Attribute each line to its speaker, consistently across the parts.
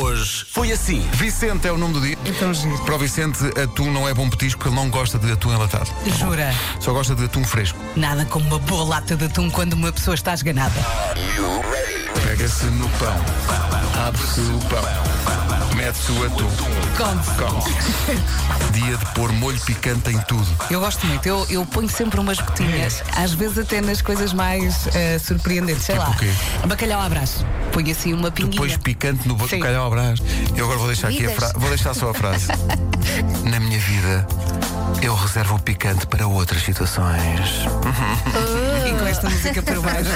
Speaker 1: Hoje foi assim.
Speaker 2: Vicente é o nome do dia.
Speaker 3: Então, giro.
Speaker 2: Para o Vicente, atum não é bom petisco porque ele não gosta de atum enlatado.
Speaker 3: Jura?
Speaker 2: Só gosta de atum fresco.
Speaker 3: Nada como uma boa lata de atum quando uma pessoa está esganada.
Speaker 2: Pega-se no pão. Abre-se o pão. Mete-se o atum.
Speaker 3: Come.
Speaker 2: Come. Dia de pôr molho picante em tudo.
Speaker 3: Eu gosto muito. Eu, eu ponho sempre umas gotinhas, às vezes até nas coisas mais eh, surpreendentes. Sei
Speaker 2: É. Tipo
Speaker 3: lá.
Speaker 2: o quê?
Speaker 3: Bacalhau à brás. Ponho assim uma
Speaker 2: Depois
Speaker 3: pinguinha.
Speaker 2: picante no
Speaker 3: Sim.
Speaker 2: bacalhau ao brás. Eu agora vou deixar aqui a
Speaker 3: Vidas.
Speaker 2: frase. Vou deixar só a frase. Na minha vida, eu reservo o picante para outras situações.
Speaker 3: E com esta música por baixo.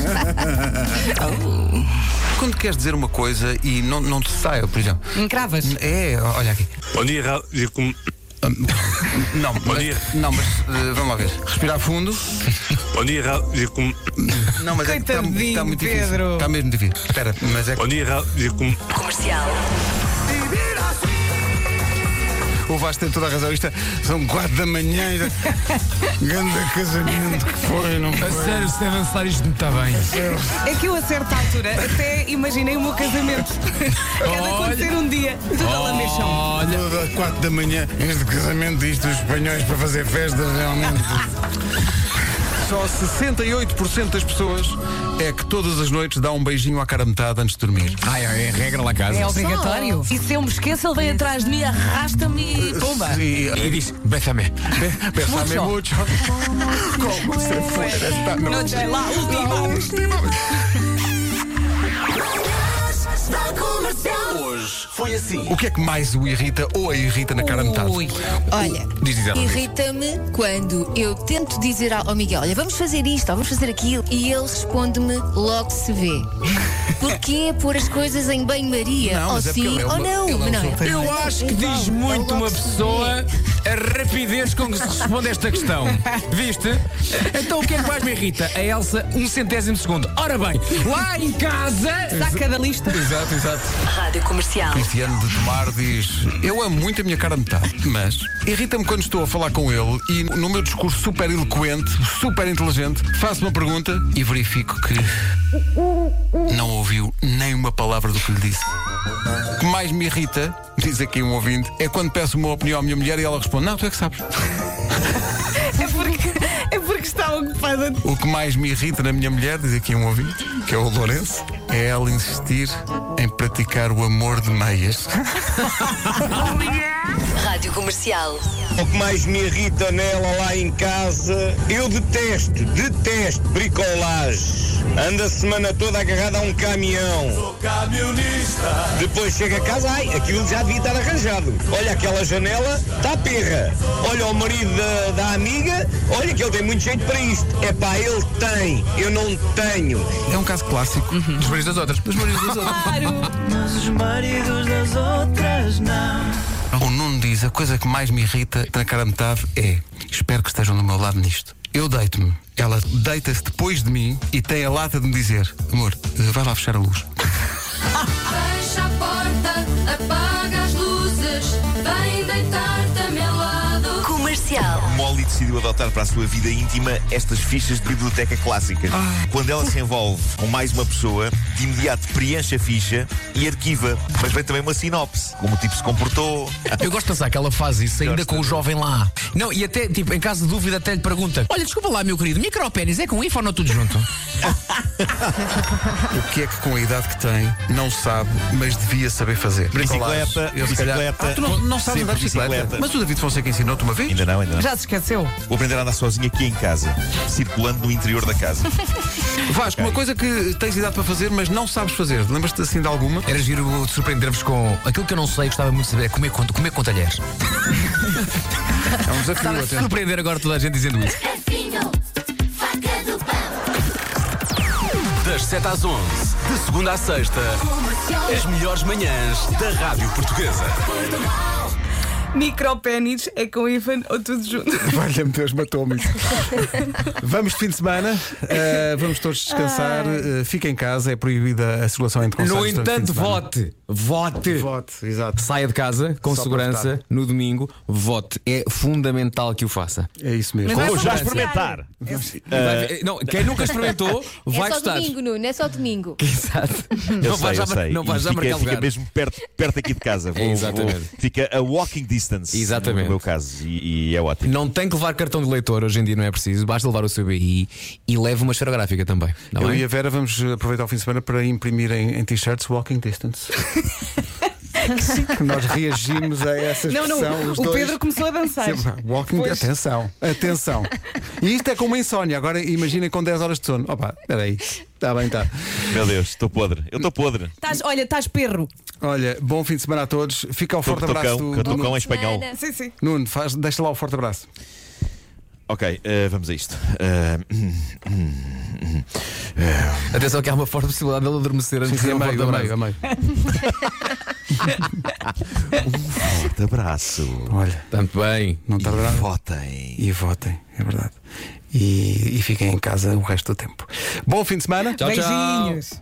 Speaker 2: Quando queres dizer uma coisa e não, não te sai, por exemplo.
Speaker 3: Encravas.
Speaker 2: É, olha aqui.
Speaker 4: Bom dia, rádio. Com...
Speaker 2: Não,
Speaker 4: dia.
Speaker 2: mas, não, mas eh, vamos lá ver. Respirar fundo.
Speaker 4: Bom dia, rádio. Com...
Speaker 2: Não, mas é está
Speaker 3: Coitadinho,
Speaker 2: tá muito difícil.
Speaker 3: Pedro.
Speaker 2: Está mesmo difícil. Espera, mas é que
Speaker 4: Bom dia, rádio. Com...
Speaker 2: o Vasco tem toda a razão. Isto é- são 4 da manhã. e ainda- Grande casamento que foi, não foi?
Speaker 5: Sério, se deve lançar isto muito bem.
Speaker 3: É que eu a certa altura até imaginei o meu casamento. Cada acontecer um dia. Tudo
Speaker 2: Oh.
Speaker 3: a lamechão.
Speaker 5: Olha,
Speaker 2: Toda 4 da manhã, este casamento isto, os espanhóis para fazer festa realmente. Só 68% das pessoas é que todas as noites dá um beijinho à cara metade antes de dormir.
Speaker 5: ai, ai, é regra lá em casa.
Speaker 3: É obrigatório. E se eu me esqueço, ele vem atrás de mim, arrasta-me e pumba.
Speaker 2: E,
Speaker 5: E diz, bésame.
Speaker 2: Pensame
Speaker 3: Mucho.
Speaker 2: mucho. Como se fuera esta
Speaker 3: Não
Speaker 2: noche.
Speaker 3: sei lá, é última.
Speaker 1: Hoje foi assim.
Speaker 2: O que é que mais o irrita ou a irrita na cara metade?
Speaker 3: Ui.
Speaker 6: Olha,
Speaker 2: Diz, diz ela, diz.
Speaker 6: irrita-me quando eu tento dizer ao ao Miguel, olha, vamos fazer isto, ou vamos fazer aquilo, e ele responde-me logo se vê. Porquê pôr as coisas em banho-maria?
Speaker 2: Não,
Speaker 6: Ou
Speaker 2: mas é porque
Speaker 6: sim,
Speaker 2: ele é
Speaker 6: ou
Speaker 2: uma-
Speaker 6: não.
Speaker 2: ele é um
Speaker 6: mas não é.
Speaker 2: solteiro.
Speaker 5: Eu acho que diz
Speaker 6: Não,
Speaker 5: muito
Speaker 6: é logo
Speaker 5: uma
Speaker 6: se vê.
Speaker 5: pessoa a rapidez com que se responde a esta questão. Viste? Então o que é que mais me irrita? A Elsa, um centésimo de segundo. Ora bem, lá em casa.
Speaker 3: Saca da lista.
Speaker 2: Exato, exato. Rádio Comercial. Cristiano de Tomar diz: Eu amo muito a minha cara metade, mas irrita-me quando estou a falar com ele e, no meu discurso super eloquente, super inteligente, faço uma pergunta e verifico que não ouviu nem uma palavra do que lhe disse. O que mais me irrita, diz aqui um ouvinte, é quando peço uma opinião à minha mulher e ela responde: Não, tu é que sabes.
Speaker 3: É porque, é porque está ocupada.
Speaker 2: O que mais me irrita na minha mulher, diz aqui um ouvinte, que é o Lourenço, é ela insistir em praticar o amor de meias.
Speaker 7: Rádio Comercial.
Speaker 8: O que mais me irrita nela lá em casa, eu detesto, detesto bricolagem. Anda a semana toda agarrada a um caminhão. Sou camionista. Depois chega a casa, ai, aquilo já devia estar arranjado. Olha aquela janela, está perra. Olha o marido da, da amiga, olha que ele tem muito jeito para isto. É pá, ele tem, eu não tenho.
Speaker 2: É um caso clássico. Dos maridos das outras. Dos maridos das outras. O Nuno diz: a coisa que mais me irrita na cara metade é: espero que estejam do meu lado nisto. Eu deito-me. Ela deita-se depois de mim e tem a lata de me dizer: amor, eh, vai lá fechar a luz.
Speaker 9: Fecha a porta, apaga as luzes, vem deitar-te a meu lado.
Speaker 7: Comercial.
Speaker 10: Molly decidiu adotar para a sua vida íntima estas fichas de biblioteca clássicas. Quando ela se envolve com mais uma pessoa, de imediato preenche a ficha e arquiva. Mas vem também uma sinopse, como o tipo se comportou.
Speaker 5: Eu gosto de pensar que ela faz isso ainda
Speaker 10: Gosta.
Speaker 5: com o jovem lá. Não, e até, tipo, em caso de dúvida, até lhe pergunta: Olha, desculpa lá, meu querido, micropénis é com IFA ou não tudo junto?
Speaker 2: O que é que com a idade que tem, não sabe, mas devia saber fazer? Bricolagem,
Speaker 10: Bicicleta,
Speaker 2: eu se calhar-
Speaker 10: bicicleta.
Speaker 2: Ah, tu não, não sabes
Speaker 10: Sempre
Speaker 2: andar de bicicleta.
Speaker 10: bicicleta.
Speaker 2: Mas o David Fonseca ensinou-te uma vez?
Speaker 10: Ainda não, ainda não.
Speaker 3: Já se esqueceu?
Speaker 10: Vou aprender a andar sozinho aqui em casa, circulando no interior da casa.
Speaker 2: Vasco, uma coisa que tens idade para fazer, mas não sabes fazer. Lembras-te assim de alguma?
Speaker 5: Era giro surpreender-vos com aquilo que eu não sei, gostava muito de saber: é comer com, comer com talheres.
Speaker 2: É um desafio. até.
Speaker 5: Surpreender agora toda a gente dizendo isso.
Speaker 1: Das 7 às 11, de segunda à sexta, as melhores manhãs da Rádio Portuguesa.
Speaker 3: Micropénis é com Ivan ou tudo junto.
Speaker 2: Valha-me Deus, matou-me. vamos de fim de semana, eh, vamos todos descansar. eh, fica em casa, é proibida a circulação entre concertos
Speaker 5: No
Speaker 2: durante o fim de
Speaker 5: entanto,
Speaker 2: semana.
Speaker 5: vote. Vote.
Speaker 11: Vote, exato.
Speaker 5: Saia de casa com
Speaker 11: Só para
Speaker 5: segurança
Speaker 11: votar.
Speaker 5: no domingo. Vote. É fundamental que o faça.
Speaker 2: É isso
Speaker 11: mesmo.
Speaker 6: Mas vai só passear.
Speaker 10: Eh,
Speaker 5: Vai ver- não, quem nunca experimentou vai
Speaker 6: é só
Speaker 5: gostar.
Speaker 6: domingo, Nuno, é só domingo.
Speaker 5: Exato.
Speaker 10: Eu
Speaker 5: não
Speaker 10: sei,
Speaker 5: vais já,
Speaker 10: eu sei.
Speaker 5: não vais
Speaker 10: E
Speaker 5: já
Speaker 10: fica,
Speaker 5: marcar
Speaker 10: fica
Speaker 5: lugar.
Speaker 10: mesmo perto, perto aqui de casa. Vou-
Speaker 5: Exatamente.
Speaker 10: vou- fica a walking distance.
Speaker 5: Exatamente.
Speaker 10: No meu caso. E, e é ótimo.
Speaker 5: Não tem que levar cartão de leitor hoje em dia, não é preciso. Basta levar o seu BI e leve uma esferográfica também. Não
Speaker 2: Eu
Speaker 5: é?
Speaker 2: e a Vera vamos eh, aproveitar o fim de semana para imprimir em, em t-shirts Walking Distance. Que Nós reagimos a essa
Speaker 3: Não,
Speaker 2: expressão.
Speaker 3: não,
Speaker 2: os
Speaker 3: o
Speaker 2: dois.
Speaker 3: Pedro começou a dançar.
Speaker 2: Sempre, Walking
Speaker 3: Pois.
Speaker 2: Atenção, atenção. E isto é como a insónia. Agora imaginem com 10 horas de sono. Opa, peraí. Está bem, tá. está.
Speaker 10: Meu Deus, estou podre. Eu estou podre.
Speaker 3: Estás- olha, estás perro.
Speaker 2: Olha, bom fim de semana a todos. Fica o forte
Speaker 10: Tô- tô
Speaker 2: abraço
Speaker 10: cão,
Speaker 2: do.
Speaker 10: que eu tô
Speaker 2: do
Speaker 10: cão em
Speaker 2: Nuno.
Speaker 10: espanhol.
Speaker 3: Sim, sim.
Speaker 2: Nuno, faz, deixa lá o forte abraço.
Speaker 10: Ok, eh, vamos a isto. Eh,
Speaker 5: Atenção que há uma forte possibilidade dele adormecer antes
Speaker 10: sim, é
Speaker 5: de é ir
Speaker 10: a
Speaker 5: ao porta-braço.
Speaker 10: meio, a Forte abraço.
Speaker 2: Olha.
Speaker 5: Tanto bem.
Speaker 2: Não tardará.
Speaker 10: votem.
Speaker 2: E votem, é verdade. E, e fiquem em casa o resto do tempo. Bom fim de semana.
Speaker 5: Tchau, tchau. Beijinhos.